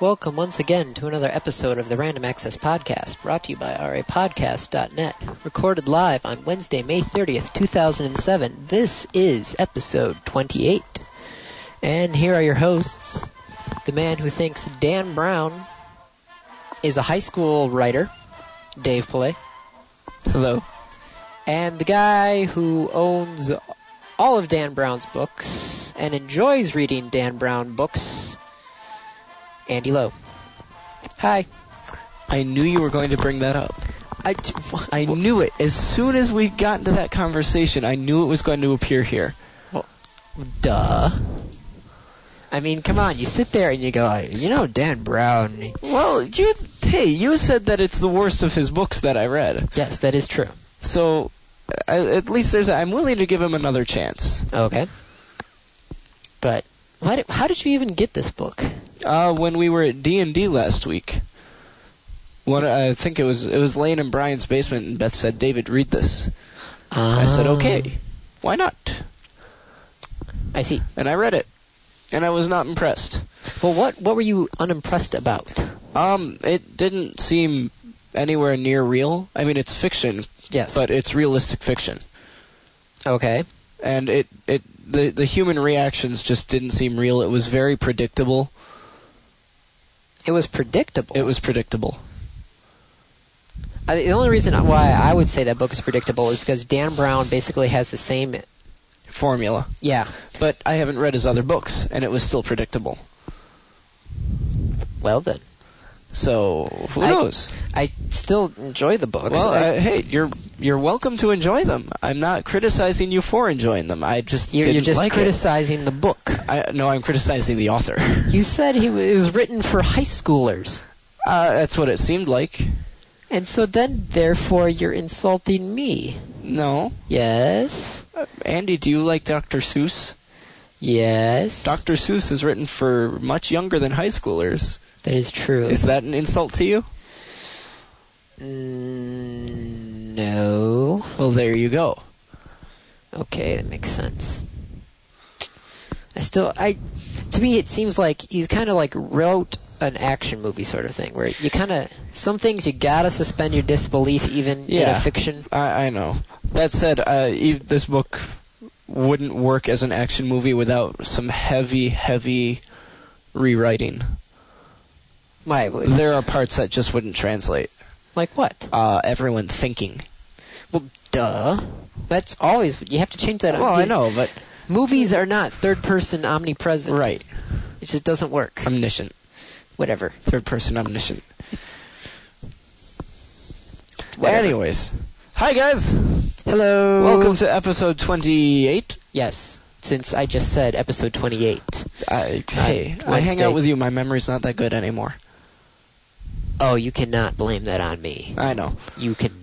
Welcome once again to another episode of the Random Access Podcast, brought to you by rapodcast.net. Recorded live on Wednesday, May 30th, 2007. This is episode 28. And here are your hosts the man who thinks Dan Brown is a high school writer, Dave Pillay. Hello. And the guy who owns all of Dan Brown's books and enjoys reading Dan Brown books, Andy Lowe. Hi. I knew you were going to bring that up. I, t- wh- I knew it. As soon as we got into that conversation, I knew it was going to appear here. duh. I mean, come on, you sit there and you go, you know, Dan Brown. Well, you hey, you said that it's the worst of his books that I read. Yes, that is true. So, I, at least there's I'm willing to give him another chance. Okay. But why did, how did you even get this book? Uh, when we were at D&D last week, one I think it was it was Lane and Brian's basement and Beth said, "David, read this." I said, Ah, "Okay. Why not?" I see. And I read it. And I was not impressed. Well, what what were you unimpressed about? Um, it didn't seem anywhere near real. I mean, it's fiction, Yes. but it's realistic fiction, okay. and it it the the human reactions just didn't seem real. It was very predictable. It was predictable. It was predictable. I, the only reason why I would say that book is predictable is because Dan Brown basically has the same. Formula, Yeah. but I haven't read his other books, and it was still predictable. Well then, So who I- knows? I still enjoy the book. Well, I, uh, hey, you're you're welcome to enjoy them. I'm not criticizing you for enjoying them. I just you're, didn't you're just like it. criticizing the book. I, no, I'm criticizing the author. uh, You said he, w- it was written for high schoolers, Uh, that's what it seemed like. and so then therefore you're insulting me. No, Yes. Andy, do you like Dr. Seuss? Yes. Dr. Seuss is written for much younger than high schoolers. that is true. Is that an insult to you? Mm, no. Well, there you go. Okay, that makes sense. I still, I, to me, it seems like he's kind of like wrote an action movie sort of thing, where you kind of some things you gotta suspend your disbelief even in a Yeah. fiction. I, I know. That said, uh, e- this book wouldn't work as an action movie without some heavy, heavy rewriting. Why? would- There are parts that just wouldn't translate. Like what? Uh, everyone thinking. Well, duh. That's always you have to change that. up. Well, I The- know, but Movies are not third person omnipresent. right, It just doesn't work. omniscient, Whatever. third person omniscient. Whatever. Anyways, hi guys, Hello. welcome to episode twenty-eight. Yes. Since I just said episode twenty-eight. I, hey, I hang Wednesday. out with you. My memory's not that good anymore. Oh, you cannot blame that on me. I know, You cannot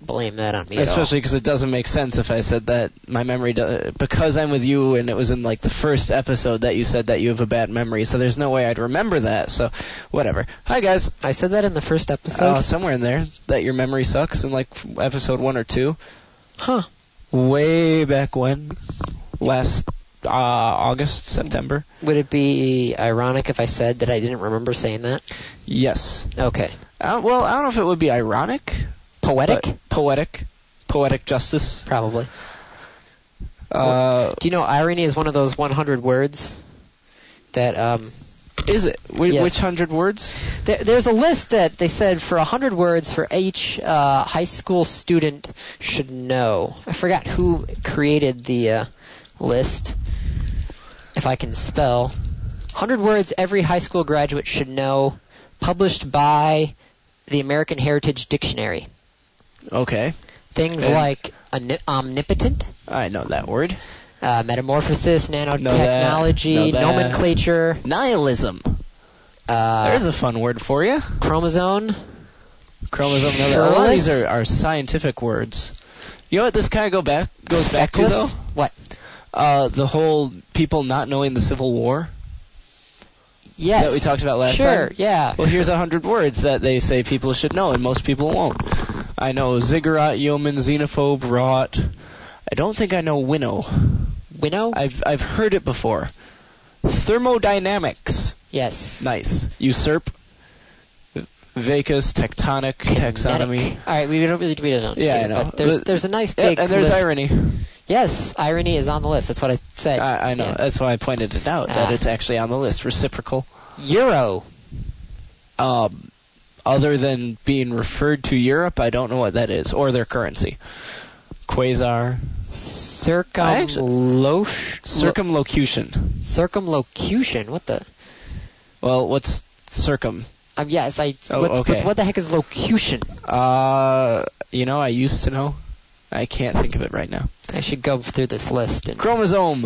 blame that on me. at all. especially because it doesn't make sense if I said that my memory do- because I'm with you and it was in like the first episode that you said that you have a bad memory. So there's no way I'd remember that. So whatever. Hi guys. I said that in the first episode. Uh, somewhere in there that your memory sucks in like f- episode one or two. huh. Way back when, last uh, August September. Would it be ironic if I said that I didn't remember saying that? Yes. Okay. Uh, well, I don't know if it would be ironic, Poetic? but poetic, poetic justice. Probably. Uh, Do you know irony is one of those 100 words that um Is it? Wh- Yes. Which hundred words? there, there's a list that they said for 100 words for each uh, high school student should know. I forgot who created the uh, list. If I can spell. 100 words every high school graduate should know, published by the American Heritage Dictionary. Okay, Things And- like omni- omnipotent, I know that word. uh, metamorphosis, nanotechnology, Know that. nomenclature, Nihilism. uh, There's a fun word for you. chromosome. Chromosome. know that. A lot of these Shirtless? are, are scientific words. You know what this kind of go back goes back to though? Feckless? What? Uh, the whole people not knowing the Civil War Yes. that we talked about last sure, time. yeah. Well, here's a hundred words that they say people should know, and most people won't. I know ziggurat, yeoman, xenophobe, rot. I don't think I know winnow. Winnow? I've I've heard it before. Thermodynamics. Yes. Nice. Usurp. Vacus, tectonic, taxonomy. All right, we don't really we don't. Yeah, do, I know. But there's But- there's a nice Yeah, big and there's list. irony. Yes, irony is on the list. That's what I said. I, I know. Uh, Yeah. That's why I pointed it out that Ah. it's actually on the list. Reciprocal. Euro. Um, other than being referred to Europe, I don't know what that is or their currency. Quasar. I actually- Circumlo- Circumlocution. circumlocution. What the? Well, what's circum? Um, yes, I. Oh, what, okay. what, what the heck is locution? Uh, you know, I used to know. I can't think of it right now. I should go through this list. And, Chromosome.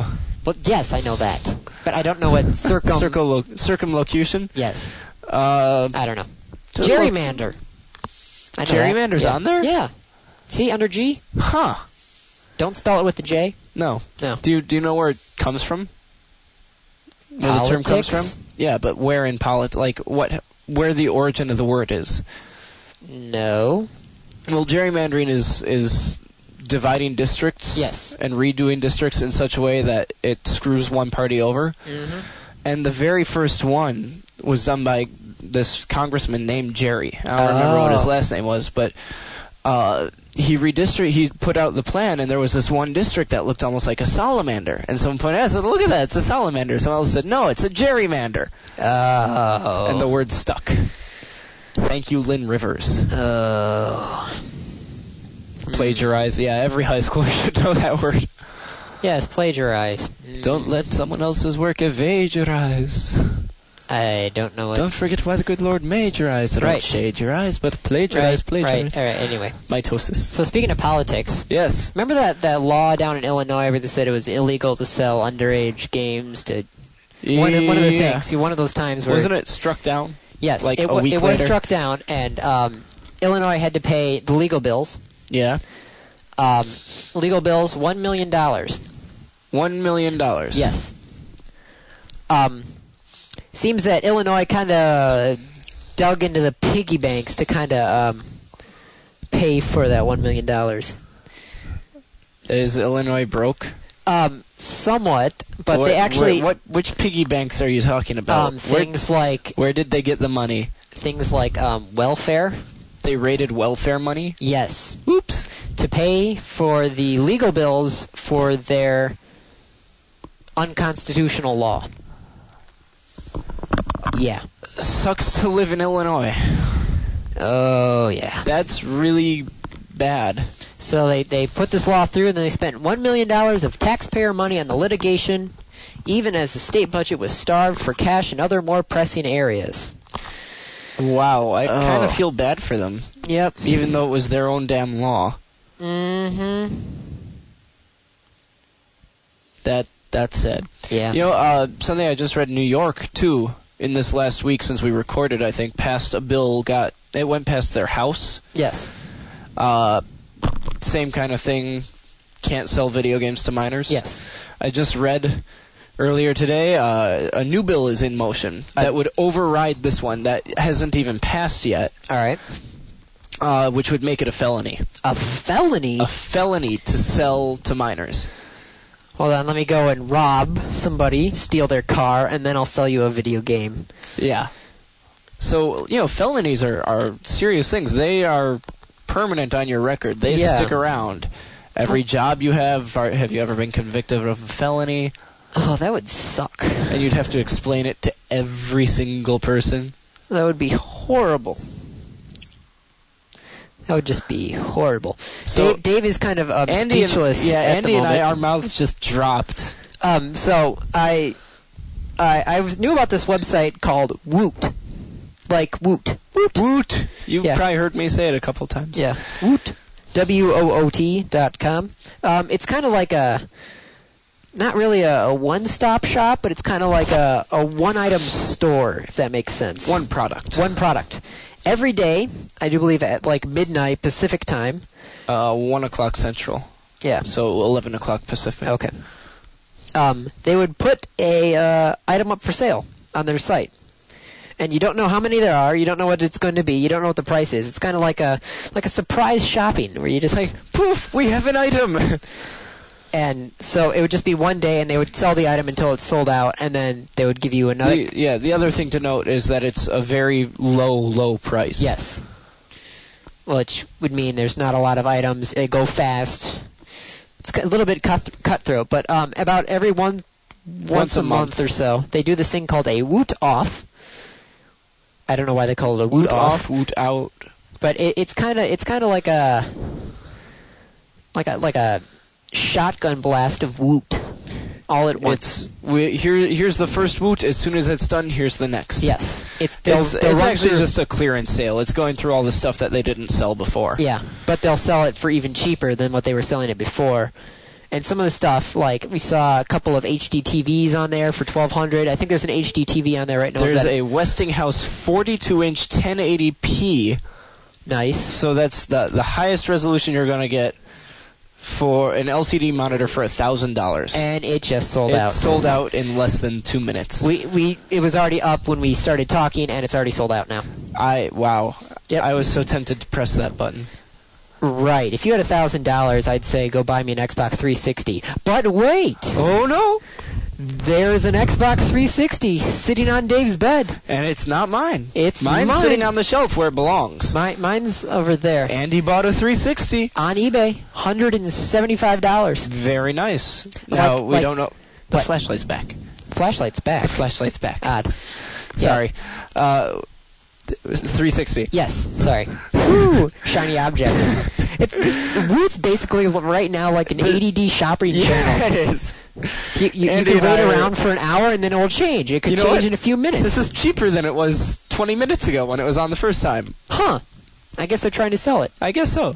well, yes, I know that, but I don't know what circum. Circumlo- circumlocution. Yes, Uh, I don't know. to the lo- Gerrymander. I know that. Gerrymander's Yeah. on there? Yeah. See under G. Huh. Don't spell it with the J. No. No. Do you, do you know where it comes from? Where the term comes from? Politics? Yeah, but where in polit like what where the origin of the word is. No. Well, gerrymandering is is dividing districts Yes. and redoing districts in such a way that it screws one party over. Mm-hmm. And the very first one was done by this congressman named Jerry. I don't remember what his Oh. last name was, but uh, he redistrict. He put out the plan, and there was this one district that looked almost like a salamander. And someone pointed out, I said, "Look at that! It's a salamander." Someone else said, "No, it's a gerrymander," Oh. and the word stuck. Thank you, Lynn Rivers. Oh. Plagiarize. Yeah, every high schooler should know that word. Yes, plagiarize. Don't let someone else's work evagerize. I don't know what. Don't forget why the good Lord majorized. Don't Right. shade your eyes, but plagiarize, right, plagiarize. right. All right. Anyway, Mitosis. so speaking of politics, Yes. remember that that law down in Illinois where they said it was illegal to sell underage games to one, of- one of the things. One of those times where Wasn't it struck down? Yes, like it, a wa- week it was later? struck down, and um, Illinois had to pay the legal bills. Yeah. Um, legal bills, one million dollars. One million dollars. Yes. Um, seems that Illinois kind of dug into the piggy banks to kind of um, pay for that one million dollars. Is Illinois broke? Um, somewhat, but Wh- they actually wh- what? uh, Which piggy banks are you talking about? um, where, things like where did they get the money? things like um, welfare. They raided welfare money. Yes, Oops. to pay for the legal bills for their unconstitutional law. Yeah. Sucks to live in Illinois. Oh yeah. That's really bad. So they, they put this law through, and then they spent $1 million of taxpayer money on the litigation, even as the state budget was starved for cash in other more pressing areas. Wow. I kind Oh. of feel bad for them, Yep. even though it was their own damn law. Mm-hmm. That that's sad. Yeah. You know, uh, something I just read in New York too. In this last week, since we recorded, I think passed a bill. Got it went past their house. Yes. Uh, same kind of thing. Can't sell video games to minors. Yes. I just read earlier today uh, a new bill is in motion that would override this one that hasn't even passed yet, All right. uh, which would make it a felony. A felony. A felony to sell to minors. Hold on, let me go and rob somebody, steal their car, and then I'll sell you a video game. Yeah. So you know, felonies are, are serious things. They are permanent on your record. They Yeah. stick around. Every job you have, are, have you ever been convicted of a felony? Oh, that would suck. And you'd have to explain it to every single person. That would be horrible. That would just be horrible. So- Dave, Dave is kind of um, Andy, and, speechless. yeah, at Andy the and I, moment. our mouths just dropped. Um, so I, I, I was- knew about this website called Woot, like Woot. Woot. Woot! You've Yeah. probably heard me say it a couple times. Yeah. Woot. W O O T dot com. Um, it's kind of like a, not really a, a one-stop shop, but it's kind of like a, a one-item store, if that makes sense. One product. One product. Every day, I do believe at like midnight Pacific time. Uh, one o'clock central. Yeah. So eleven o'clock Pacific. Okay. Um, they would put a uh, item up for sale on their site, and you don't know how many there are. You don't know what it's going to be. You don't know what the price is. It's kind of like a like a surprise shopping where you just Like poof, we have an item. And so it would just be one day, and they would sell the item until it's sold out, and then they would give you another. The, yeah, the other thing to note is that it's a very low, low price. yes. Which would mean there's not a lot of items. They go fast. It's a little bit cut, cutthroat, but um, about every one once, a a month. month. or so, they do this thing called a woot off. I don't know why they call it a woot Woot off. off, woot out. but it, it's kind of it's kind of like a like a like a shotgun blast of woot all at once. It's we, here. Here's the first woot. As soon as it's done, here's the next. yes, it's they'll, It's, they'll it's run actually through- just a clearance sale. It's going through all the stuff that they didn't sell before. yeah, but they'll sell it for even cheaper than what they were selling it before. And some of the stuff, like we saw a couple of HD TVs on there for twelve hundred. I think there's an HD TV on there right now. Is There's that a Westinghouse 42 inch 1080p. nice. So that's the the highest resolution you're going to get for an LCD monitor for a thousand dollars. And it just sold It out. sold out in less than two minutes. We we it was already up when we started talking, and it's already sold out now. I wow. Yep. I was so tempted to press that button. Right. If you had a thousand dollars, I'd say go buy me an Xbox 360. But wait, Oh no! there's an Xbox 360 sitting on Dave's bed. And it's not mine. It's mine's mine. sitting on the shelf where it belongs. My, mine's over there And he bought a 360. on eBay, hundred and seventy-five dollars. Very nice. Now we like- don't know. The what? flashlight's back. Flashlight's back. Uh, The flashlight's back. Odd. Ah, Yeah. Sorry. Uh, th- 360. Yes. Sorry. Woo! Shiny object. It's this, Woot's basically l- right now like an ADD shopping Yeah, channel. it is. You, you, you Andy can and wait I are- around for an hour and then it'll change. It could You know change what? in a few minutes. This is cheaper than it was 20 minutes ago when it was on the first time. huh? I guess they're trying to sell it. I guess so.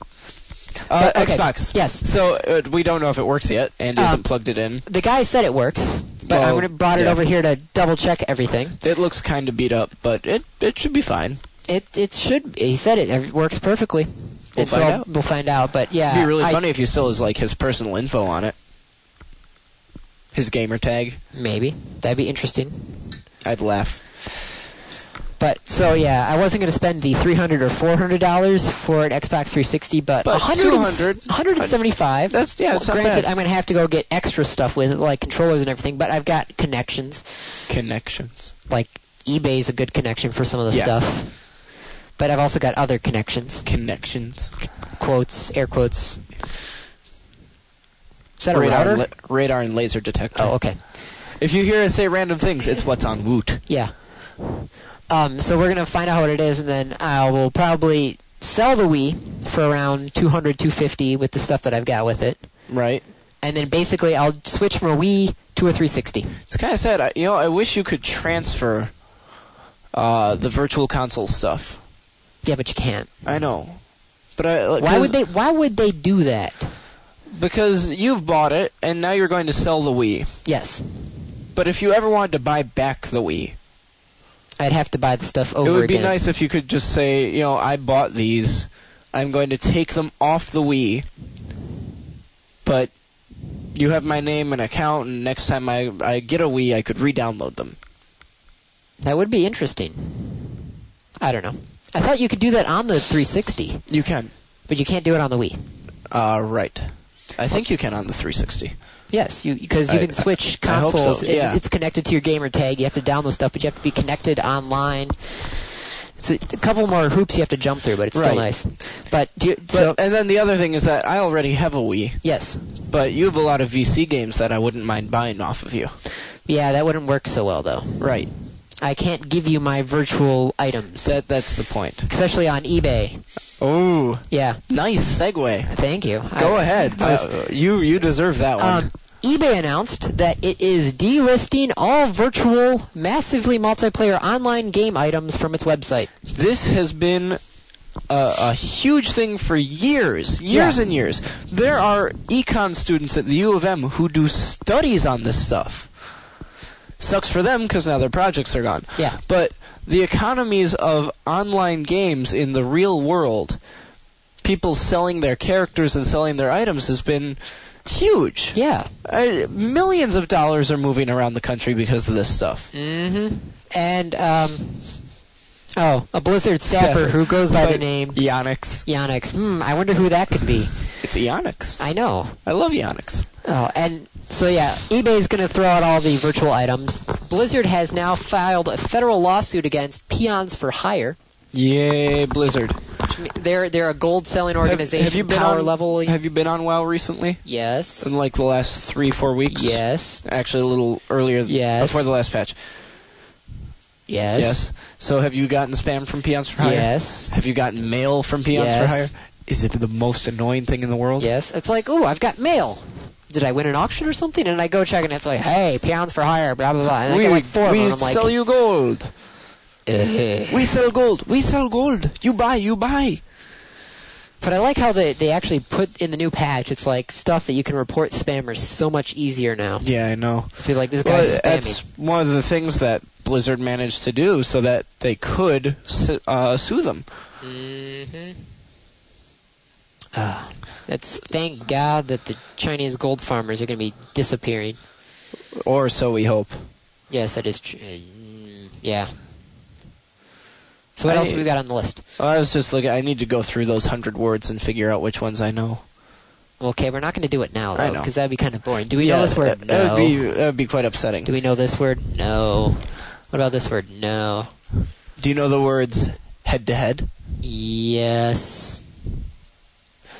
Uh, Hmm. But, okay. Xbox. Yes. So uh, we don't know if it works yet. Andy Um, hasn't plugged it in. The guy said it works, but I'm Well, gonna brought it yeah. over here to double check everything. It looks kind of beat up, but it it should be fine. It it should. Be. He said it, it works perfectly. We'll It's find all- out. We'll find out. But yeah, It'd be really I- funny if you still has like his personal info on it. His gamer tag. Maybe that'd be interesting. I'd laugh. But so yeah, I wasn't gonna spend the 300 or 400 dollars for an Xbox 360, but, But 100 200, 175. That's- yeah, it's not granted, bad. I'm gonna have to go get extra stuff with it, like controllers and everything. But I've got connections. Connections. Like eBay's a good connection for some of the Yeah. stuff. But I've also got other connections. Connections. quotes, air quotes. Is that a radar, router? and la- radar and laser detector. oh, okay. If you hear us say random things, it's what's on Woot. Yeah. Um, so we're gonna find out what it is, and then I will probably sell the Wii for around 200, 250 with the stuff that I've got with it, Right. and then basically I'll switch from a Wii to a 360. It's kind of sad. I, you know, I wish you could transfer uh, the virtual console stuff. Yeah, but you can't. I know, but I like, Why 'cause- would they? Why would they do that? Because you've bought it, and now you're going to sell the Wii. Yes, But if you ever wanted to buy back the Wii, I'd have to buy the stuff over it would be again. nice if you could just say, you know, I bought these. I'm going to take them off the Wii, but you have my name and account, and next time I, I get a Wii, I could re-download them. That would be interesting. I don't know. I thought you could do that on the 360, You can. but you can't do it on the Wii. Uh, right. I think you can on the 360. Yes, you because you I- can switch I hope so, consoles. It- yeah. it's connected to your gamer tag. You have to download stuff, but you have to be connected online. It's a, a couple more hoops you have to jump through, but it's Right. still nice. But, do you, But, so and then the other thing is that I already have a Wii, yes, but you have a lot of VC games that I wouldn't mind buying off of you. yeah, that wouldn't work so well though. Right. I can't give you my virtual items, That that's the point. especially on eBay. Oh, Yeah, nice segue. thank you. Go I- ahead. I was- Uh, you you deserve that one. Um, eBay announced that it is delisting all virtual, massively multiplayer online game items from its website. this has been a, a huge thing for years, years Yeah. and years. There are econ students at the U of M who do studies on this stuff. Sucks for them because now their projects are gone. Yeah. But the economies of online games in the real world, people selling their characters and selling their items has been huge. Yeah. Uh, millions of dollars are moving around the country because of this stuff. hmm Mm-hmm. And um, oh, a Blizzard staffer who goes by the But- name Yannick's. Yannick. Hmm, I wonder who that could be. It's Eonix. I know. I love Eonix. Oh, and so yeah, eBay is going to throw out all the virtual items. Blizzard has now filed a federal lawsuit against Peons for Hire. Yay, Blizzard. Which me- they're they're a gold selling Have- organization. have you been power on, level? Have you been on WoW recently? yes. In like the last three, four weeks? Yes. Actually, a little earlier. th- Yes. Before the last patch. Yes. Yes. So have you gotten spam from Peons for Hire? Yes. Have you gotten mail from Peons for Yes. Hire? Is it the most annoying thing in the world? Yes. It's like, oh, I've got mail. Did I win an auction or something? And I go check, and it's like, hey, peons for hire, blah blah blah. And I we get like four we of them. I'm like, sell you gold. "Ugh." We sell gold. We sell gold. You buy. You buy. But I like how they, they actually put in the new patch. It's like stuff that you can report spammers so much easier now. Yeah, I know. Be like this Well, guy's spamming. that's one of the things that Blizzard managed to do so that they could su- uh, sue them. Mm-hmm. Ah, that's thank God that the Chinese gold farmers are going to be disappearing. Or so we hope. Yes, that is true. Mm, yeah. So what I- else we got on the list? Oh, I was just looking. I need to go through those hundred words and figure out which ones I know. Well, okay, we're not going to do it now I though, know. because that'd be kind of boring. Do we yeah, know this word? no. That, that would be that would be quite upsetting. Do we know this word? No. What about this word? No. Do you know the words head to head? Yes.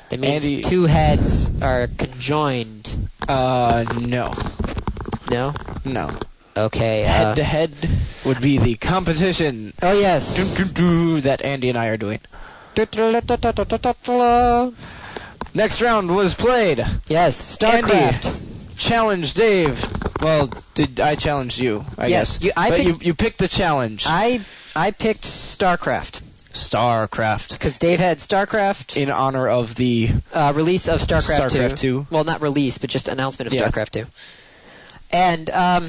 That means Andy- two heads are conjoined. Uh, no, No. no. Okay. Uh, Head to head would be the competition. oh yes. Doo, doo, doo, that Andy and I are doing. Next round was played. Yes, Andy. StarCraft. Challenge Dave. Well, did I challenged you? I Yes, guess. you- I but picked- you you picked the challenge. I I picked StarCraft Starcraft. because Dave had StarCraft In honor of the uh, release of StarCraft, StarCraft 2. 2. Well, not release, but just announcement of Yeah. StarCraft 2. And um,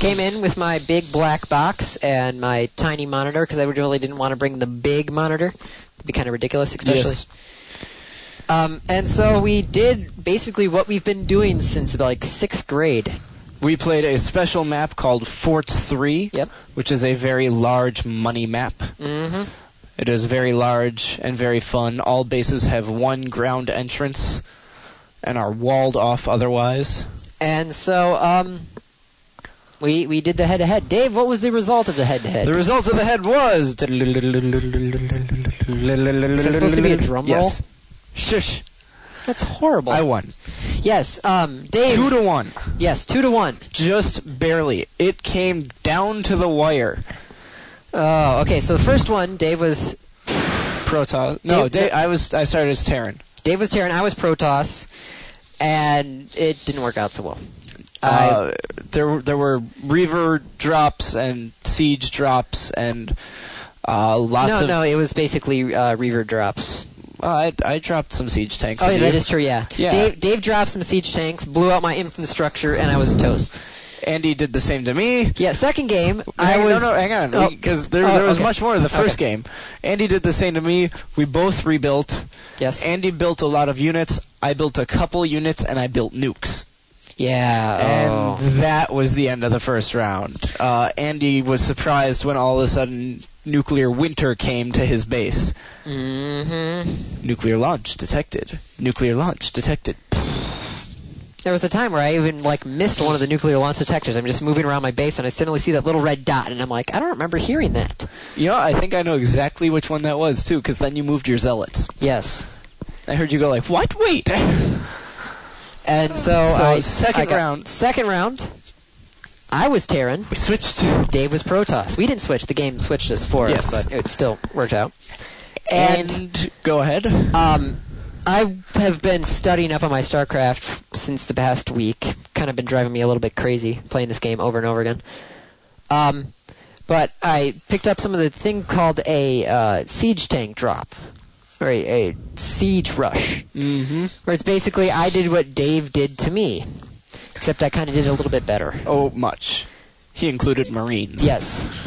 came in with my big black box and my tiny monitor because I really didn't want to bring the big monitor. It'd be kind of ridiculous, especially. yes. Um, and so we did basically what we've been doing since like sixth grade. We played a special map called Fort 3, Yep. which is a very large money map. Mm-hmm. It is very large and very fun. All bases have one ground entrance and are walled off otherwise. And so um, we we did the head to head. Dave, what was the result of the head to The head? result of the head was. Is that supposed to be a drum roll? Yes. Shush. That's horrible. I won. yes, um, Dave. Two to one. yes, two to one. Just barely. It came down to the wire. Oh, okay. So the first one, Dave was Protoss. No, Dave- Dave, I was. I started as Terran. Dave was Terran, I was Protoss, and it didn't work out so well. I- Uh, there were there were Reaver drops and siege drops and uh, lots no, of. no, it was basically uh, Reaver drops. Well, I I dropped some siege tanks. Oh, yeah, and that is you- true. Yeah. Yeah. Dave, Dave dropped some siege tanks, blew out my infant structure, and I was toast. Andy did the same to me. Yeah. Second game, I Hang- was. no, no, hang Oh. on, because there, Oh, there was okay. much more to the first Okay. game. Andy did the same to me. We both rebuilt. Yes. Andy built a lot of units. I built a couple units, and I built nukes. yeah. Oh. And that was the end of the first round. Uh, Andy was surprised when all of a sudden nuclear winter came to his base. Mm-hmm. Nuclear launch detected. Nuclear launch detected. There was a time where I even like missed one of the nuclear launch detectors. I'm just moving around my base, and I suddenly see that little red dot, and I'm like, I don't remember hearing that. You know, I think I know exactly which one that was too, because then you moved your zealots. Yes. I heard you go like, "What? Wait." And so, Oh, So, I, second I got- round. Second round. I was Terran. we switched. to- Dave was Protoss. We didn't switch. The game switched us for Yes. us, but it still worked out. And, And go ahead. um, I have been studying up on my StarCraft since the past week. Kind of been driving me a little bit crazy playing this game over and over again. Um, but I picked up some of the thing called a uh, siege tank drop, or a, a siege rush, Mm-hmm. where it's basically I did what Dave did to me, except I kind of did it a little bit better. Oh, much. He included Marines. Yes.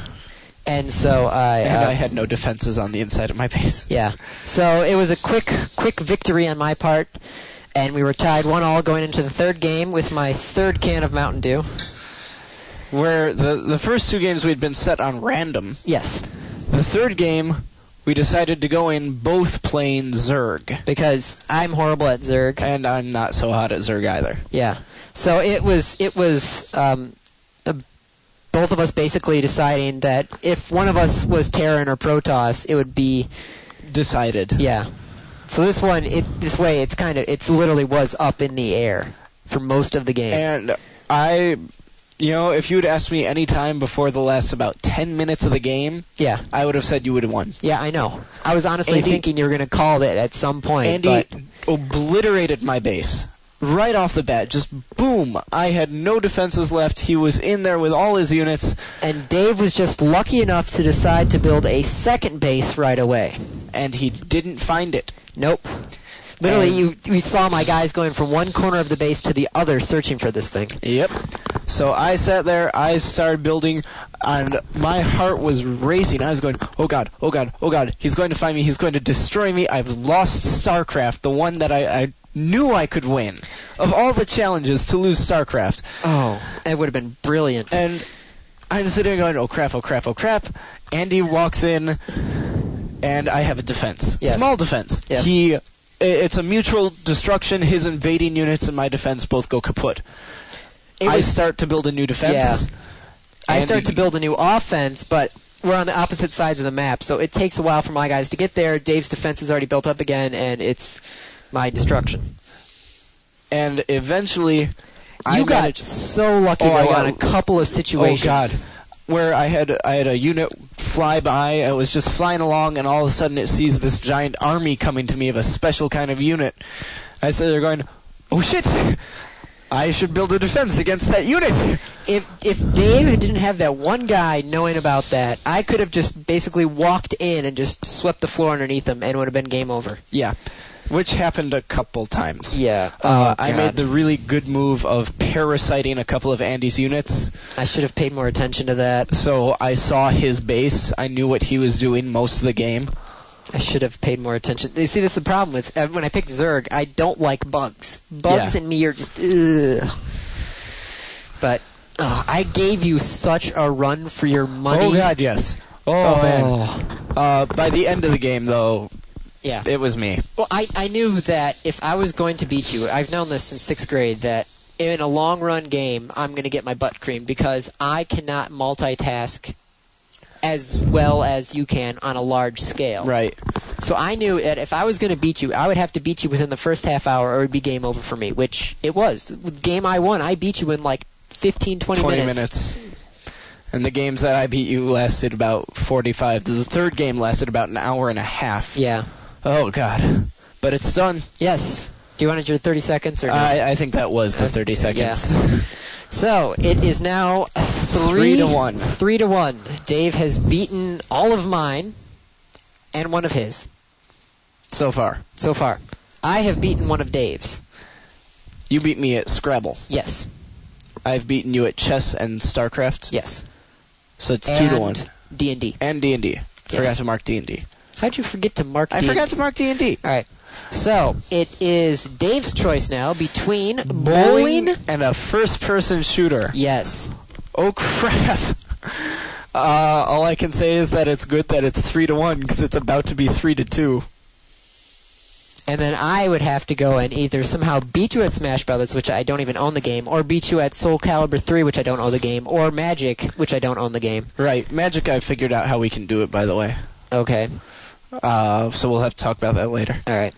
And so I. And uh, I had no defenses on the inside of my base. Yeah. So it was a quick, quick victory on my part, and we were tied one all going into the third game with my third can of Mountain Dew. Where the the first two games we'd been set on random. Yes. The third game we decided to go in both playing Zerg. because I'm horrible at Zerg. And I'm not so hot at Zerg either. Yeah. So it was it was um, uh, both of us basically deciding that if one of us was Terran or Protoss, it would be Decided. yeah. So this one, it this way, it's kind of it's literally was up in the air for most of the game. And I, you know, if you had asked me any time before the last about 10 minutes of the game, yeah. I would have said you would have won. Yeah, I know. I was honestly Andy- thinking you were going to call it at some point, Andy but obliterated my base. Right off the bat, just boom! I had no defenses left. He was in there with all his units, and Dave was just lucky enough to decide to build a second base right away. and he didn't find it. Nope. Literally, And- you we saw my guys going from one corner of the base to the other searching for this thing. Yep. So I sat there, I started building, and my heart was racing. I was going, oh god, oh god, oh god, he's going to find me, he's going to destroy me. I've lost StarCraft, the one that I, I knew I could win. Of all the challenges to lose StarCraft. Oh, it would have been brilliant. And I'm sitting there going, oh crap, oh crap, oh crap. Andy walks in, and I have a defense. Yes. Small defense. Yes. He. i- It's a mutual destruction. His invading units and my defense both go kaput. It I was- start to build a new defense. Yeah. I Andy- start to build a new offense, but we're on the opposite sides of the map, so it takes a while for my guys to get there. Dave's defense is already built up again, and it's my destruction. and eventually I you got managed- so lucky Oh, I though, got- on a couple of oh situations. god where I had I had a unit fly by it was just flying along and all of a sudden it sees this giant army coming to me of a special kind of unit I said they're going oh shit I should build a defense against that unit If if Dave didn't have that one guy knowing about that, I could have just basically walked in and just swept the floor underneath him, and would have been game over. yeah which happened a couple times Yeah. uh, Oh, I God. made the really good move of parasiting a couple of Andy's units I should have paid more attention to that. so I saw his base I knew what he was doing most of the game I should have paid more attention. You see, that's the problem with uh, when I picked Zerg. I don't like bugs. Bugs Yeah. and me are just ugh. But oh, I gave you such a run for your money. Oh God, yes. Oh, man. Uh, by the end of the game, though, Yeah. it was me. Well, I, I knew that if I was going to beat you, I've known this since sixth grade, that in a long run game, I'm going to get my butt creamed because I cannot multitask as well as you can on a large scale. Right. So I knew that if I was going to beat you, I would have to beat you within the first half hour or it would be game over for me, which it was. The game I won, I beat you in like 15, 20, Twenty minutes. minutes. And the games that I beat you lasted about forty-five. The third game lasted about an hour and a half. Yeah. Oh God. But it's done. Yes. Do you want it your 30 seconds or no? I, I think that was the Uh, thirty seconds. So it is now three, Three to one. Three to one. Dave has beaten all of mine and one of his so far, so far. I have beaten one of Dave's. you beat me at Scrabble. Yes. I've beaten you at chess and StarCraft. Yes. So it's and two to one. D and D. And D and D. Yes. Forgot to mark D and D. How'd you forget to mark? I D&D? forgot to mark D and D. All right. So it is Dave's choice now between bowling. and a first-person shooter. Yes. Oh crap! Uh, all I can say is that it's good that it's three to one because it's about to be three to two. And then I would have to go and either somehow beat you at Smash Brothers, which I don't even own the game, or beat you at Soul Calibur 3, which I don't own the game, or Magic, which I don't own the game. Right, Magic. I figured out how we can do it. By the way, Okay. uh, so we'll have to talk about that later. All right.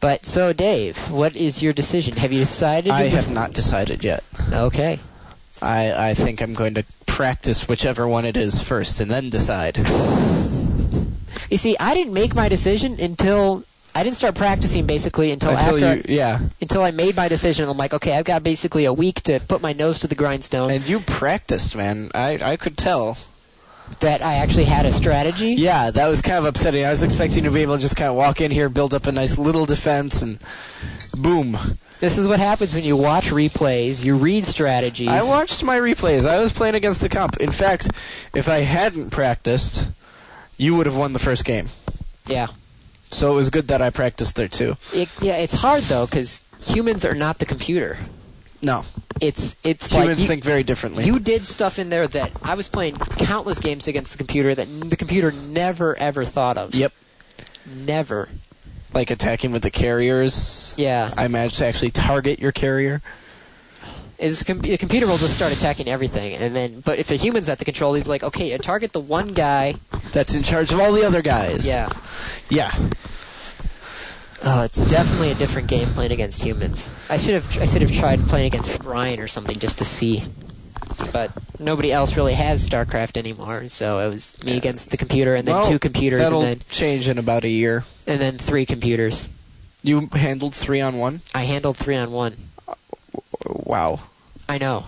But so, Dave, what is your decision? Have you decided? I have not decided yet. Okay. I I think I'm going to practice whichever one it is first, and then decide. You see, I didn't make my decision until I didn't start practicing basically until, Until after you, yeah, until I made my decision. I'm like, okay, I've got basically a week to put my nose to the grindstone and you practiced, man. I I could tell. that I actually had a strategy. Yeah, that was kind of upsetting. I was expecting to be able to just kind of walk in here, build up a nice little defense, and boom. This is what happens when you watch replays, you read strategies. I watched my replays. I was playing against the comp. In fact, if I hadn't practiced, you would have won the first game. yeah. So it was good that I practiced there too. It, yeah, it's hard though because humans are not the computer. No, It's it's like humans you, think very differently. you did stuff in there that I was playing countless games against the computer that n- the computer never ever thought of. yep. Never. like attacking with the carriers. Yeah. I managed to actually target your carrier. Is com- the computer will just start attacking everything, and then but if a human's at the control, he's like, okay, uh, target the one guy. That's in charge of all the other guys. Yeah. Yeah. Oh, it's definitely a different game playing against humans. I should have I should have tried playing against Brian or something just to see. But nobody else really has StarCraft anymore, so it was me against the computer and then Well, two computers That'll and then change in about a year. and then three computers. You handled three on one. I handled 3 on 1. Wow. I know.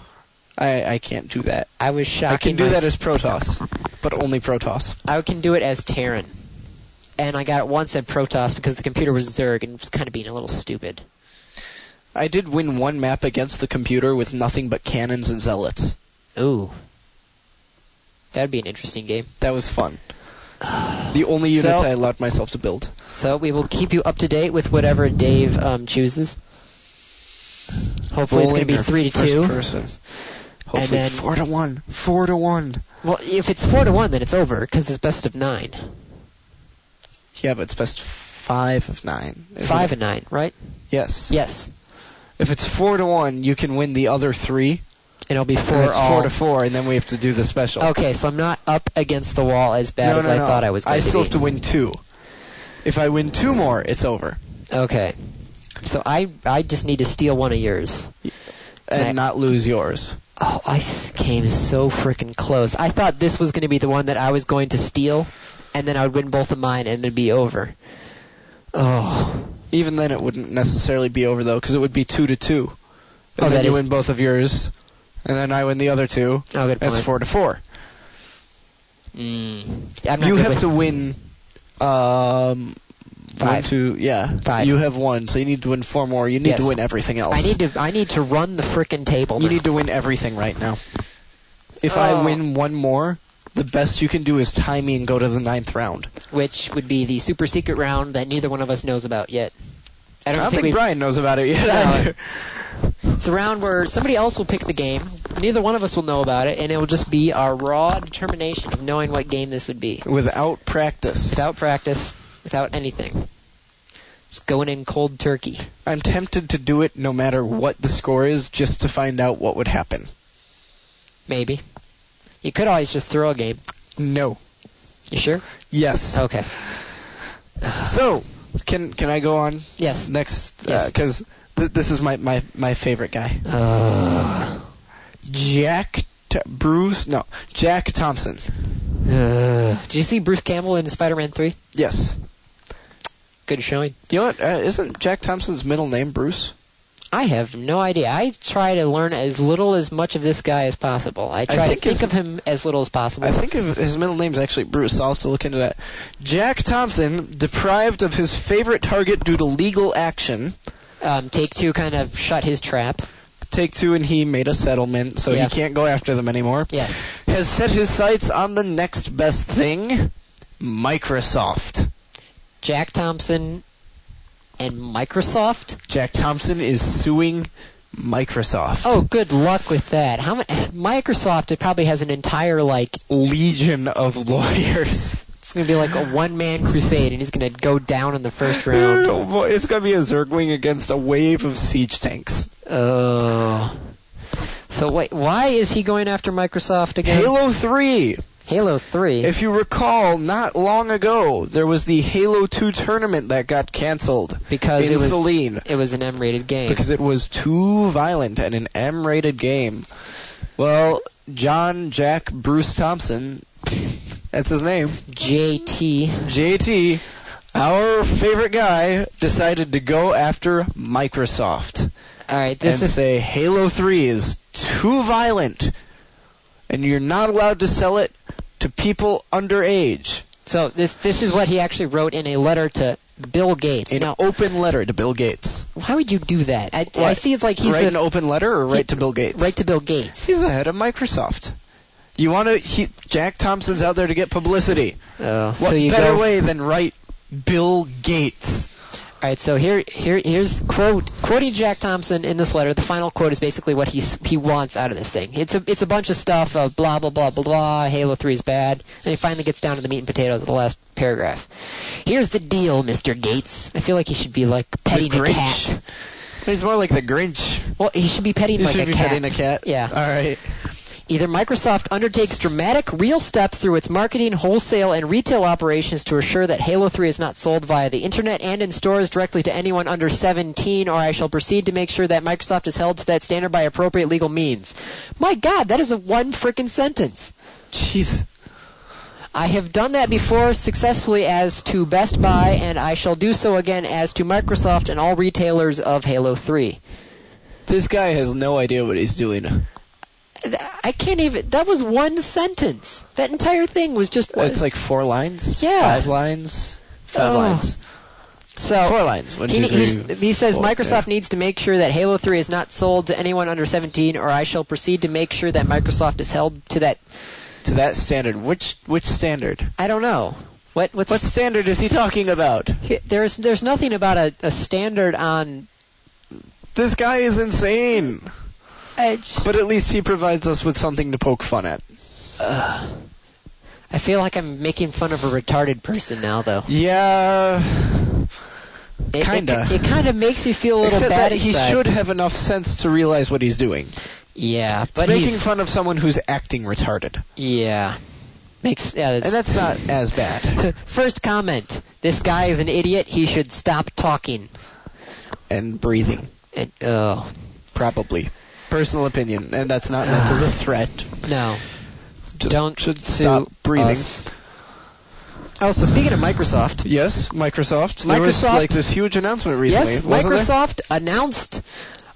I, I can't do that. I was shocked. I can do that as Protoss, but only Protoss. I can do it as Terran. And I got it once at Protoss because the computer was Zerg and was kind of being a little stupid. I did win one map against the computer with nothing but cannons and zealots. Ooh. That'd be an interesting game. That was fun. The only units So- I allowed myself to build. So we will keep you up to date with whatever Dave um, chooses. Hopefully it's going to be Rolling or three to first two. Person. Hopefully then- four to one. Four to one. Well, if it's four to one, then it's over because it's best of nine, Yeah, but it's best five of nine. isn't five it? and nine, right? Yes. Yes, If it's four to one, you can win the other three. and it'll be four and it's all. Oh, four to four, and then we have to do the special. Okay, so I'm not up against the wall as bad no, as no, I no. thought I was going I to still be. have to win two. If I win two more, it's over, Okay, so I I just need to steal one of yours. and Right. not lose yours. Oh, I s- came so freaking close. I thought this was going to be the one that I was going to steal, and then I would win both of mine, and it'd be over. Oh, Even then, it wouldn't necessarily be over though, because it would be two to two. And Oh, then that you is- win both of yours, and then I win the other two. oh, good That's point. four to four. Mm. I'm not you good have with- to win. Um, One, Five. two, yeah. Five. You have one, so you need to win four more. You need Yes. to win everything else. I need to. I need to run the frickin' table. You now. need to win everything right now. If Oh. I win one more, the best you can do is tie me and go to the ninth round. which would be the super secret round that neither one of us knows about yet. I I don't, don't, think, we've- Brian knows about it yet. No. either. it's a round where somebody else will pick the game. Neither one of us will know about it, and it will just be our raw determination of knowing what game this would be Without practice, without practice, without anything. Just going in cold turkey. I'm tempted to do it no matter what the score is, just to find out what would happen. Maybe you could always just throw a game. No. You sure? Yes. Okay. So can can I go on Yes. next? Yes. Because th- this is my, my, my favorite guy, Uh, Jack T- Bruce. No, Jack Thompson. uh, did you see Bruce Campbell in Spider-Man Three? Yes. Good showing. You know what? Uh, isn't Jack Thompson's middle name Bruce? I have no idea. I try to learn as little as much of this guy as possible. I try think to think his- of him as little as possible. I think of his middle name's actually Bruce. I'll have to look into that. Jack Thompson, deprived of his favorite target due to legal action, um, Take Two kind of shut his trap. Take Two and he made a settlement, so Yeah. he can't go after them anymore. Yes. Has set his sights on the next best thing, Microsoft. Jack Thompson and Microsoft. Jack Thompson is suing Microsoft. Oh, good luck with that. How many, Microsoft? It probably has an entire like. legion of lawyers. It's gonna be like a one-man crusade, and he's gonna go down in the first round. Oh, boy, it's gonna be a Zergling against a wave of siege tanks. Oh. So wait, why is he going after Microsoft again? Halo 3 Halo Three. If you recall, not long ago, there was the Halo 2 tournament that got canceled because in it was Saline it was an M-rated game. because it was too violent and an M rated game. Well, John Jack Bruce Thompson, that's his name, JT. JT, our favorite guy, decided to go after Microsoft All right, this and is say Halo 3 is too violent and you're not allowed to sell it to people underage. so. This this is what he actually wrote in a letter to Bill Gates. an now, open letter to Bill Gates. why would you do that? I, I What? see it's like he's write the, an open letter or write to Bill Gates? right to Bill Gates. He's the head of Microsoft. You want to? He, Jack Thompson's out there to get publicity. Oh, What so you better go. way than write Bill Gates? All right, so here, here, here's quote quoting Jack Thompson in this letter. The final quote is basically what he he wants out of this thing. It's a it's a bunch of stuff of blah blah blah blah. Halo Three is bad, and he finally gets down to the meat and potatoes of the last paragraph. Here's the deal, Mister Gates. I feel like he should be like petting a Grinch. cat. He's more like the Grinch. Well, he should be petting You like should a be cat. petting a cat. Yeah. All right. Either Microsoft undertakes dramatic, real steps through its marketing, wholesale, and retail operations to assure that Halo 3 is not sold via the internet and in stores directly to anyone under 17, or I shall proceed to make sure that Microsoft is held to that standard by appropriate legal means. My God, that is a one frickin' sentence. Jeez. I have done that before successfully as to Best Buy, and I shall do so again as to Microsoft and all retailers of Halo 3. This guy has no idea what he's doing. Th- I can't even. That was one sentence. That entire thing was just. Well, it's like four lines. Yeah. Five lines. Five Oh. lines. so Four lines. One, He, two, he, three, he says four. Microsoft needs to make sure that Halo 3 is not sold to anyone under 17, or I shall proceed to make sure that Microsoft is held to that. Yeah. to that standard. Which which standard? I don't know. What? What's? What standard is he talking about? he- there's there's nothing about a, a standard on. This guy is insane. Edge. But at least he provides us with something to poke fun at. I feel like I'm making fun of a retarded person now, though. Yeah. It- it- Kinda. It, kind of makes me feel a little Except bad that he inside. should have enough sense to realize what he's doing. Yeah, but But making he's, fun of someone who's acting retarded. yeah makes yeah. that's- And that's not as bad. First comment: This guy is an idiot. He should stop talking. and breathing, And, oh probably. Personal opinion, and that's not meant as a threat. no. Just Don't should sue stop breathing. us. Oh, so speaking of Microsoft, Yes, Microsoft. There was Microsoft- like this huge announcement recently. yes, wasn't there? Microsoft announced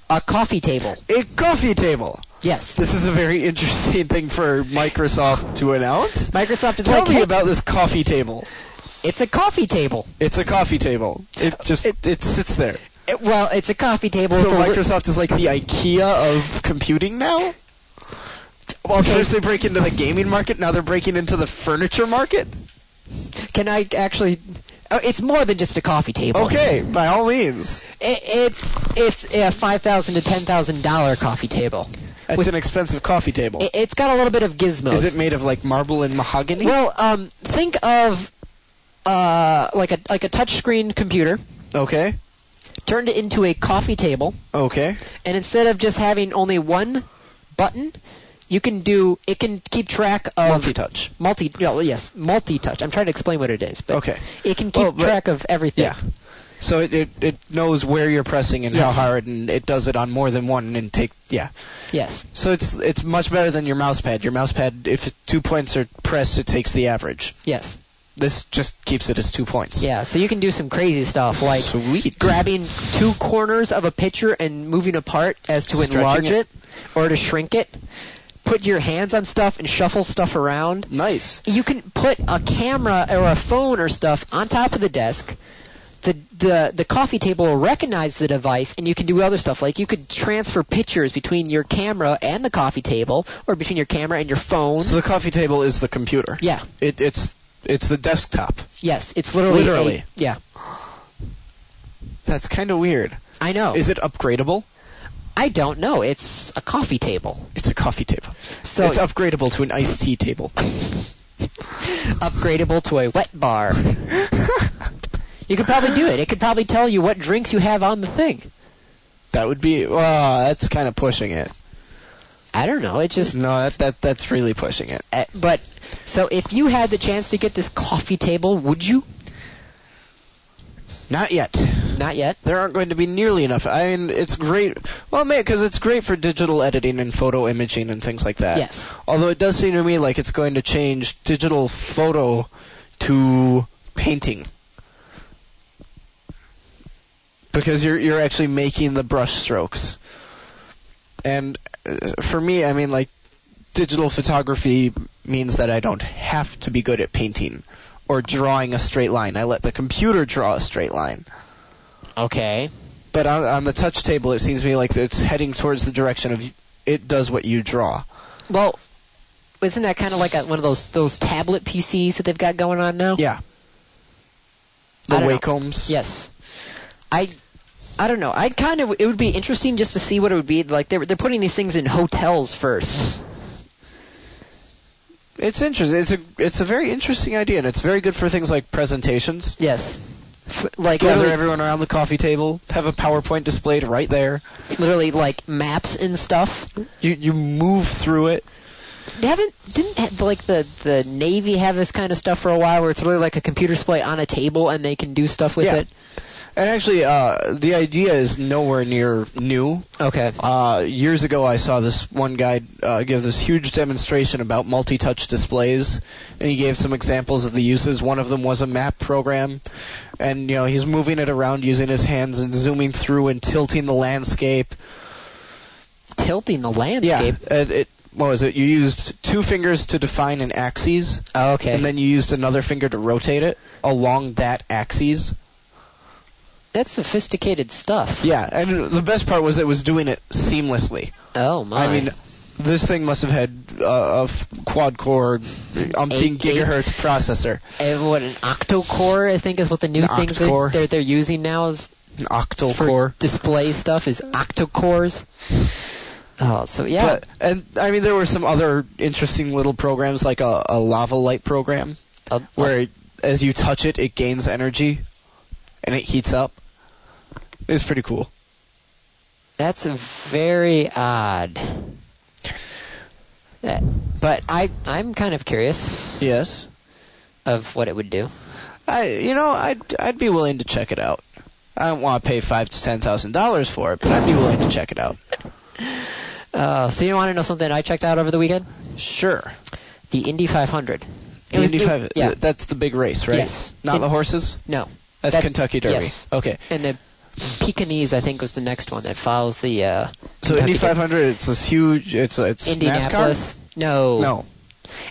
a coffee table. A coffee table. Yes, This is a very interesting thing for Microsoft to announce. Microsoft is Tell like, me "Hey, about this coffee table. it's a coffee table. It's a coffee table. It just it, sits there. It- well, it's a coffee table. So for- Microsoft is like the IKEA of computing now. Well, Okay. first they break into the gaming market. Now they're breaking into the furniture market. Can I actually? Oh, it's more than just a coffee table. Okay, by all means, I- it's it's a five thousand to ten thousand dollar coffee table. that's With- an expensive coffee table. I- It's got a little bit of gizmos. Is it made of like marble and mahogany? Well, um, think of uh, like a like a touchscreen computer Okay, turned into a coffee table, okay. and instead of just having only one button, you can do it can keep track of Multi-touch. multi. No, yes, multi-touch. I'm trying to explain what it is, but Okay. it can keep Well, but- track of everything. Yeah. So it, it, it knows where you're pressing and how Yes. hard, and it does it on more than one and take yeah. Yes. So it's it's much better than your mouse pad. Your mouse pad, if two points are pressed, it takes the average. Yes. This just keeps it as two points. Yeah. So you can do some crazy stuff like sweet. grabbing two corners of a picture and moving apart as to Stretching enlarge it. it or to shrink it. Put your hands on stuff and shuffle stuff around. Nice. you can put a camera or a phone or stuff on top of the desk. The, the the coffee table will recognize the device and you can do other stuff like you could transfer pictures between your camera and the coffee table or between your camera and your phone So the coffee table is the computer. Yeah. It, it's it's the desktop. yes it's literally a- Literally. yeah That's kind of weird. i know Is it upgradable? i don't know it's a coffee table It's a coffee table. So- it's upgradable to an iced tea table. upgradable to a wet bar you could probably do it it could probably tell you what drinks you have on the thing That would be. Well, that's kind of pushing it. i don't know it just No, that that that's really pushing it. Uh, but so if you had the chance to get this coffee table, would you? Not yet. Not yet. There aren't going to be nearly enough. I mean, it's great. Well, man, because it's great for digital editing and photo imaging and things like that. Yes. Although it does seem to me like it's going to change digital photo to painting. Because you're you're actually making the brush strokes. And uh, for me, I mean like digital photography means that I don't have to be good at painting or drawing a straight line. I let the computer draw a straight line. Okay. But on, on the touch table, it seems to me like it's heading towards the direction of it does what you draw. Well, isn't that kind of like a, one of those those tablet PCs that they've got going on now? Yeah. I The don't know. Wacombs. Yes. I I don't know. I kind of it would be interesting just to see what it would be like. They're they're putting these things in hotels first. It's interesting. It's a it's a very interesting idea, and it's very good for things like presentations. Yes. F- like Gather literally, everyone around the coffee table. Have a PowerPoint displayed right there. literally like maps and stuff. You you move through it. They haven't didn't ha- like the the Navy have this kind of stuff for a while where it's really like a computer display on a table and they can do stuff with Yeah. it. And actually, uh, the idea is nowhere near new. Okay. Uh, years ago, I saw this one guy uh, give this huge demonstration about multi-touch displays, and he gave some examples of the uses. One of them was a map program, and you know he's moving it around using his hands and zooming through and tilting the landscape. Tilting the landscape. Yeah, it, it, what was it? You used two fingers to define an axis, Oh, okay. and then you used another finger to rotate it along that axis. That's sophisticated stuff. Yeah, and the best part was it was doing it seamlessly. Oh my. I mean, this thing must have had uh, a f- quad core, umpteen Eight- eight- gigahertz processor, And Eh, what an octo-core I think is what the new An thing octa-core. they're, they're they're using now is an octal for core. display stuff is octo-cores. Oh, so yeah, But, and I mean, there were some other interesting little programs, like a, a lava light program, uh, where it, as you touch it, it gains energy, and it heats up. It's pretty cool. that's very odd. That- But I I'm kind of curious Yes, of what it would do. I you know I'd I'd be willing to check it out. I don't want to pay five to ten thousand dollars for it, but I'd be willing to check it out. Uh, so you want to know something I checked out over the weekend? Sure. The Indy 500. It The was- Indy it- 500, yeah. th- that's the big race, right? Yes. Not It- the horses? no. That's That- Kentucky Derby. yes. Okay. And the Pekingese I think was the next one that follows the uh, So Kentucky Indy 500, it's this huge, it's, it's NASCAR? Indianapolis. No. No.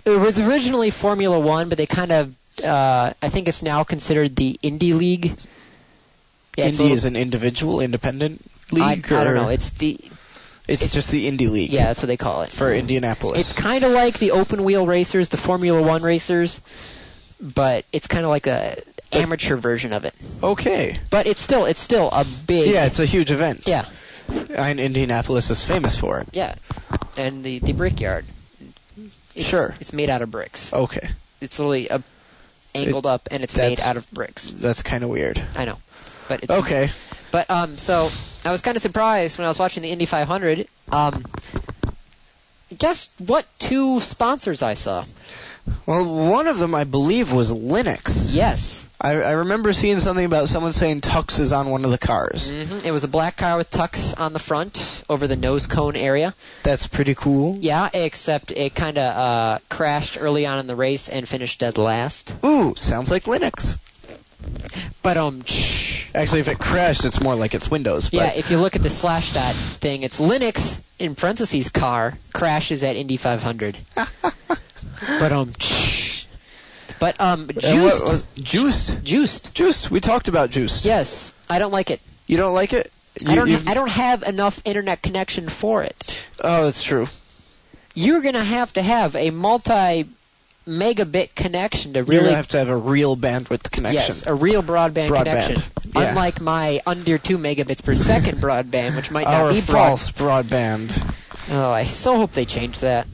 It was originally Formula One, but they kind of, uh, I think it's now considered the Indy League. Yeah, it's a Indy little- is an individual, independent I, league? I or- don't know. It's the it's just the Indy League yeah, that's what they call it. for Indianapolis. it's kind of like the open wheel racers, the Formula One racers, but it's kind of like a amateur version of it. okay. But it's still it's still a big Yeah, it's a huge event. yeah And Indianapolis is famous for it. yeah, and the the brickyard. It's, Sure. it's made out of bricks. Okay. It's literally a, angled up, and it's that's- made out of bricks. That's kind of weird. I know, but it's Okay. But um, so I was kind of surprised when I was watching the Indy 500. Um, guess what? Two sponsors I saw. Well, one of them, I believe, was Linux. Yes, I, I remember seeing something about someone saying Tux is on one of the cars. hmm it was a black car with tucks on the front over the nose cone area. That's pretty cool. Yeah, except it kind of uh, crashed early on in the race and finished dead last. Ooh, sounds like Linux. But um, Actually, if it crashed, it's more like it's Windows. But yeah, if you look at the slash dot thing, it's Linux in parentheses car crashes at Indy 500. but um, but um, And what juiced, was- juiced, juiced. juiced. We talked about juiced. Yes, I don't like it. You don't like it? You, I don't. you've- I don't have enough internet connection for it. Oh, that's true. You're gonna have to have a multi megabit connection to You're really gonna have to have a real bandwidth connection. yes a real broadband, Broadband, connection. yeah. Unlike my under two megabits per second broadband, which might not Our be broad. false broadband. Oh, I so hope they change that.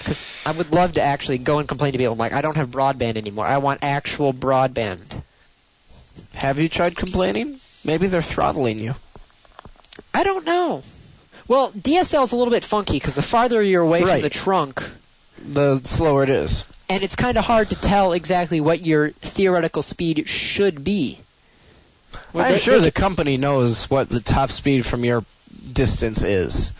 Because I would love to actually go and complain to people. I'm like, I don't have broadband anymore. I want actual broadband. Have you tried complaining? Maybe they're throttling you. I don't know. Well, DSL is a little bit funky because the farther you're away from Right. the trunk, The slower it is. and it's kind of hard to tell exactly what your theoretical speed should be. Well, I'm they- sure they the company knows what the top speed from your distance is.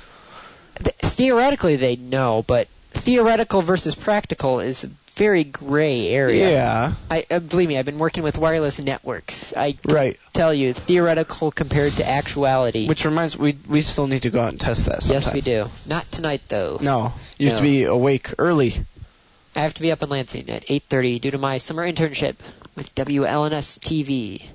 th- theoretically they know, but theoretical versus practical is a very gray area. Yeah. I uh, believe me, I've been working with wireless networks. I can Right. tell you theoretical compared to actuality. Which reminds we we still need to go out and test that. Sometime. yes, we do. Not tonight though. No, you have to No. be awake early. I have to be up in Lansing at 8:30 due to my summer internship with WLNS TV.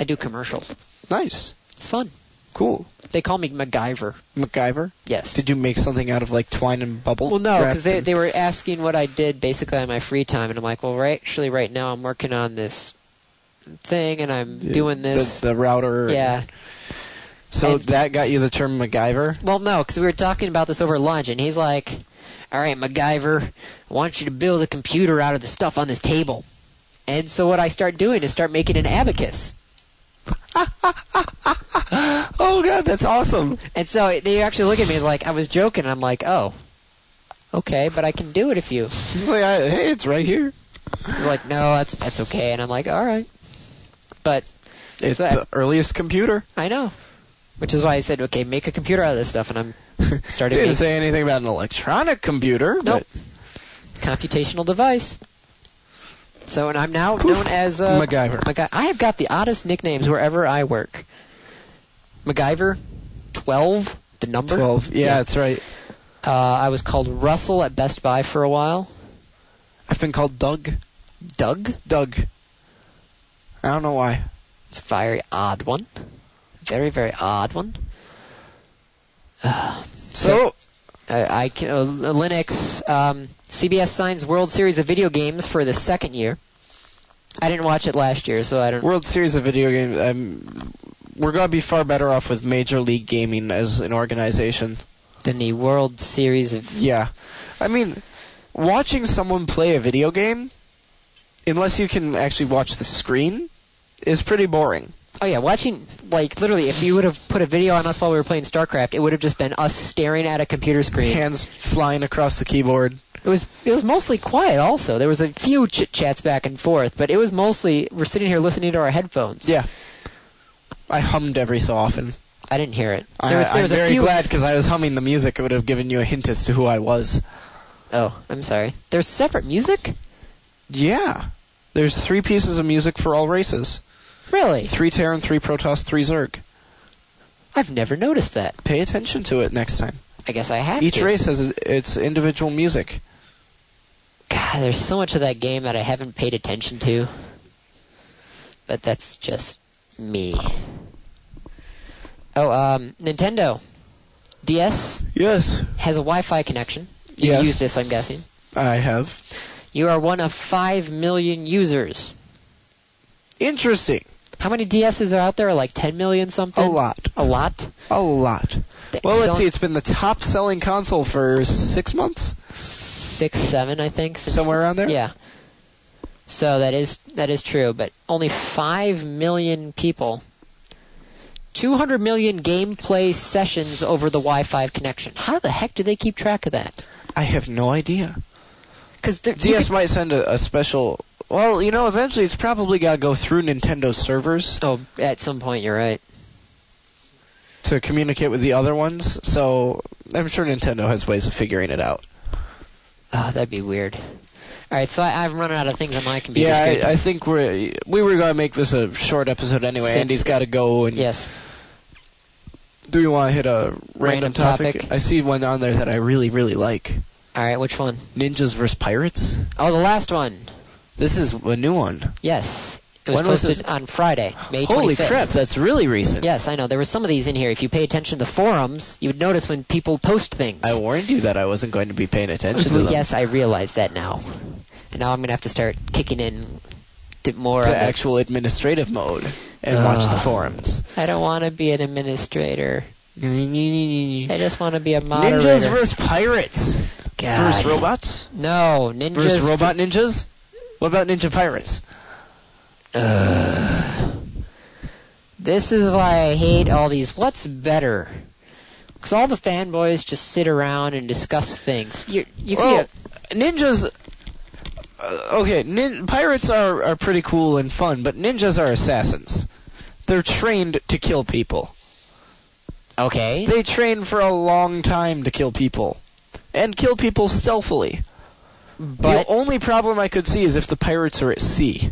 I do commercials. Nice. It's fun. Cool. They call me MacGyver. MacGyver? Yes. Did you make something out of like twine and bubble? Well, no, wrap because they, and- they were asking what I did basically on my free time, and I'm like, well, right, actually, right now I'm working on this thing, and I'm doing this. The, the router. yeah. So And- that got you the term MacGyver? Well, no, because we were talking about this over lunch, and he's like, "All right, MacGyver, I want you to build a computer out of the stuff on this table." And so what I start doing is start making an abacus. Oh, God, that's awesome. And so they actually look at me like I was joking. And I'm like, "Oh, okay, but I can do it if you." It's like, I- hey, it's right here. He's like, "No, that's that's okay." And I'm like, "All right," but It's So I- the earliest computer. I know, which is why I said, "Okay, make a computer out of this stuff." And I'm starting Didn't making say anything about an electronic computer. Nope. but computational device. So, and I'm now known as uh, MacGyver. MacGy- I have got the oddest nicknames wherever I work. MacGyver, twelve, the number. 12. Yeah, that's right. Uh, I was called Russell at Best Buy for a while. I've been called Doug. Doug, Doug. I don't know why. it's a very odd one. Very, very odd one. So, I, I can, uh, Linux. Um, CBS signs World Series of video games for the second year. I didn't watch it last year, so I don't. World Series of video games. Um, we're going to be far better off with Major League Gaming as an organization. Then the World Series of Yeah. I mean, watching someone play a video game, unless you can actually watch the screen, is pretty boring. Oh yeah, watching like literally, if you would have put a video on us while we were playing StarCraft, it would have just been us staring at a computer screen. Hands flying across the keyboard. It was it was mostly quiet. Also, there was a few chit chats back and forth, but it was mostly we're sitting here listening to our headphones. Yeah. I hummed every so often. I didn't hear it. I, There was, there I'm was very a few. glad because I was humming the music. It would have given you a hint as to who I was. Oh, I'm sorry. There's separate music. Yeah. There's three pieces of music for all races. Really, Three Terran, three Protoss, three Zerg. I've never noticed that. Pay attention to it next time. I guess I have Each to. race has its individual music. God, there's so much of that game that I haven't paid attention to. But that's just me. Oh, um, Nintendo DS Yes, has a Wi-Fi connection. You've Yes. used this, I'm guessing. I have. You are one of five million users. Interesting. How many DSs are out there? Like 10 million something. A lot. A lot. A lot. Th- Well, let's so- see. It's been the top selling console for six months, Six, seven, I think. since- somewhere around there. Yeah. So that is that is true, but only five million people. Two hundred million gameplay sessions over the Wi-Fi connection. How the heck do they keep track of that? I have no idea. Because DS might send a, a special. Well, you know, eventually it's probably got to go through Nintendo servers oh, at some point you're right. to communicate with the other ones. So I'm sure Nintendo has ways of figuring it out. Oh, that'd be weird. All right, so I, I've run out of things on my computer. Yeah, screen. I, I think we're we were going to make this a short episode anyway. Since- Andy's got to go. And yes. do you want to hit a Random random, topic. I see one on there that I really really like: All right, which one? Ninjas vs Pirates. Oh, the last one. This is a new one. Yes, it was When was posted this? on Friday, May Holy 25th. crap, that's really recent. Yes, I know. There were some of these in here. If you pay attention to the forums, you would notice when people post things. I warned you that I wasn't going to be paying attention to Well, them. yes, I realize that now. And now I'm going to have to start kicking in to more To of the- actual administrative mode and watch the Ugh. forums. I don't want to be an administrator. I Ninjas just want to be a moderator. versus pirates. God. Versus robots. No, ninjas. Versus robot ninjas. What about ninja pirates? This is why I hate all these. What's better? Because all the fanboys just sit around and discuss things. Oh, You're, you could Well, be ninjas. uh, okay, nin- pirates are, are pretty cool and fun, but ninjas are assassins. They're trained to kill people. a- okay. They train for a long time to kill people, and kill people stealthily. But- the only problem I could see is if the pirates are at sea.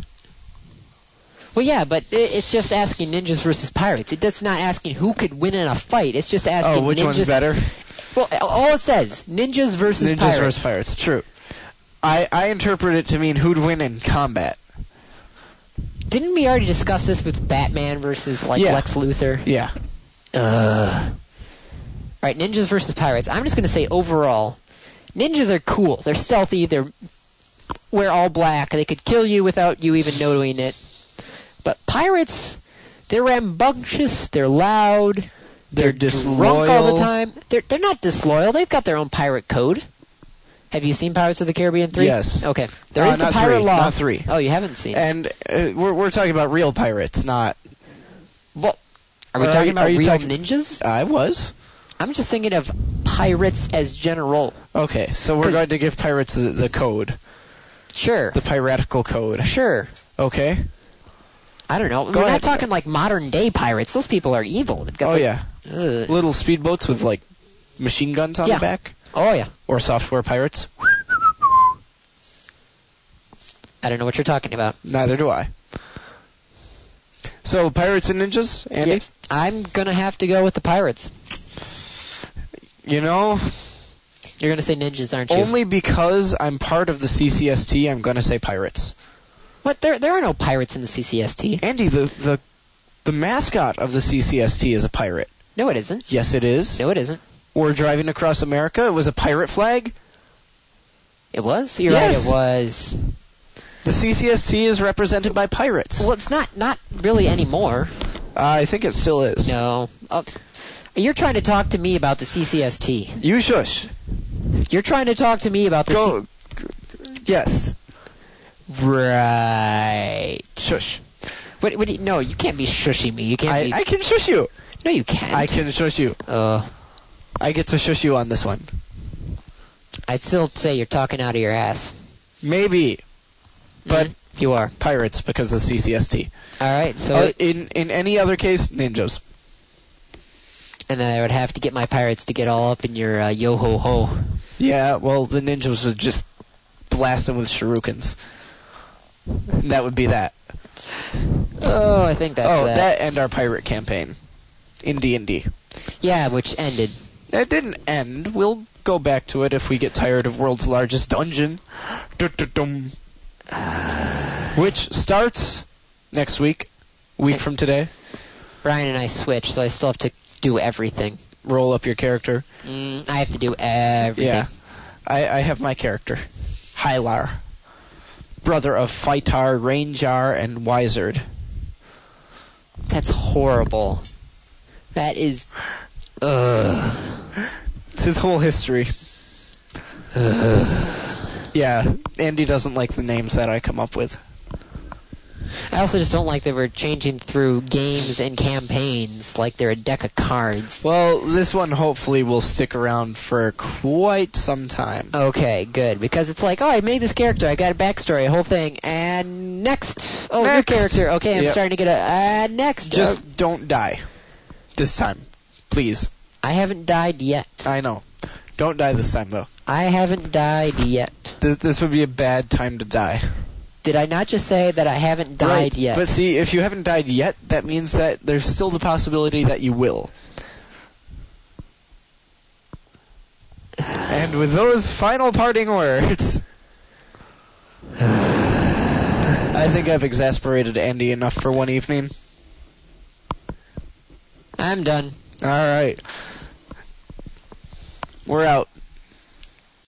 Well, yeah, but i it's just asking ninjas versus pirates. It does not asking who could win in a fight. It's just asking. Oh, which ninjas, one's better? Well, all it says ninjas versus Ninjas pirates. versus pirates. True. I I interpret it to mean who'd win in combat. Didn't we already discuss this with Batman versus like Yeah. Lex Luthor? Yeah. All right, ninjas versus pirates. I'm just gonna say overall, ninjas are cool. They're stealthy. They're wear all black. They could kill you without you even knowing it. But pirates, they're rambunctious, they're loud, They're drunk all disloyal. the time. They're they're not disloyal. They've got their own pirate code. Have you seen Pirates of the Caribbean three? Yes. Okay. There Uh, is the not pirate three, law. not three. Oh, you haven't seen. it. And uh, we're we're talking about real pirates, not. Well, Are we uh, talking about you real talking- ninjas? I was. I'm just thinking of pirates as general. Okay, so we're 'Cause- going to give pirates the, the code, Sure. the piratical code. sure. Okay. I don't know. Go We're ahead. not talking like modern day pirates. Those people are evil. They've got Oh like- yeah, Ugh. little speedboats with like machine guns on Yeah. the back, Oh yeah. or software pirates. I don't know what you're talking about. Neither do I. So pirates and ninjas, Andy. Yeah. I'm gonna have to go with the pirates. You know, You're gonna say ninjas, aren't you? only because I'm part of the CCST, I'm gonna say pirates. What? There, there are no pirates in the CCST. Andy, the the the mascot of the CCST is a pirate. No, it isn't. Yes, it is. No, it isn't. We're driving across America. It was a pirate flag. It was. You're Yes. right. It was. The CCST is represented by pirates. Well, it's not. Not really anymore. I think it still is. No. Oh, you're trying to talk to me about the CCST. You shush. You're trying to talk to me about the. Go. Yes. C- right. Shush. What? What? Do you, no, you can't be shushing me. You can't I, be. I can shush you. no, you can't. I can shush you. Uh, I get to shush you on this one. I'd still say you're talking out of your ass. Maybe But- Mm, you are. Oh. pirates because of CCST. All right. So, Uh, in in any other case, ninjas. and then I would have to get my pirates to get all up in your uh, yo ho ho. Yeah, well, the ninjas would just blast them with shurikens. And that would be that. Oh, I think that's oh, that. that and our pirate campaign in D and D. Yeah, which ended. It didn't end. We'll go back to it if we get tired of World's Largest Dungeon. Dun-dun-dun. Which starts next week, week from today. Brian and I switched, so I still have to do everything. Roll up your character. Mm, I have to do everything. Yeah. I, I have my character, Hylar, brother of Phytar, Ranjar, and Wizard. That's horrible. That is. Ugh. It's his whole history. yeah, Andy doesn't like the names that I come up with. I also just don't like that we're changing through games and campaigns like they're a deck of cards. Well, this one hopefully will stick around for quite some time. Okay, good. Because it's like, oh, I made this character, I got a backstory, a whole thing, and next. Oh, Next. new character. Okay, I'm Yep. starting to get a. Uh, next. Just Uh, don't die. This time. Please. I haven't died yet. I know. Don't die this time, though. I haven't died yet. Th- this would be a bad time to die. Did I not just say that I haven't died Right, yet? But see, if you haven't died yet, that means that there's still the possibility that you will. And with those final parting words, I think I've exasperated Andy enough for one evening. I'm done. All right. We're out.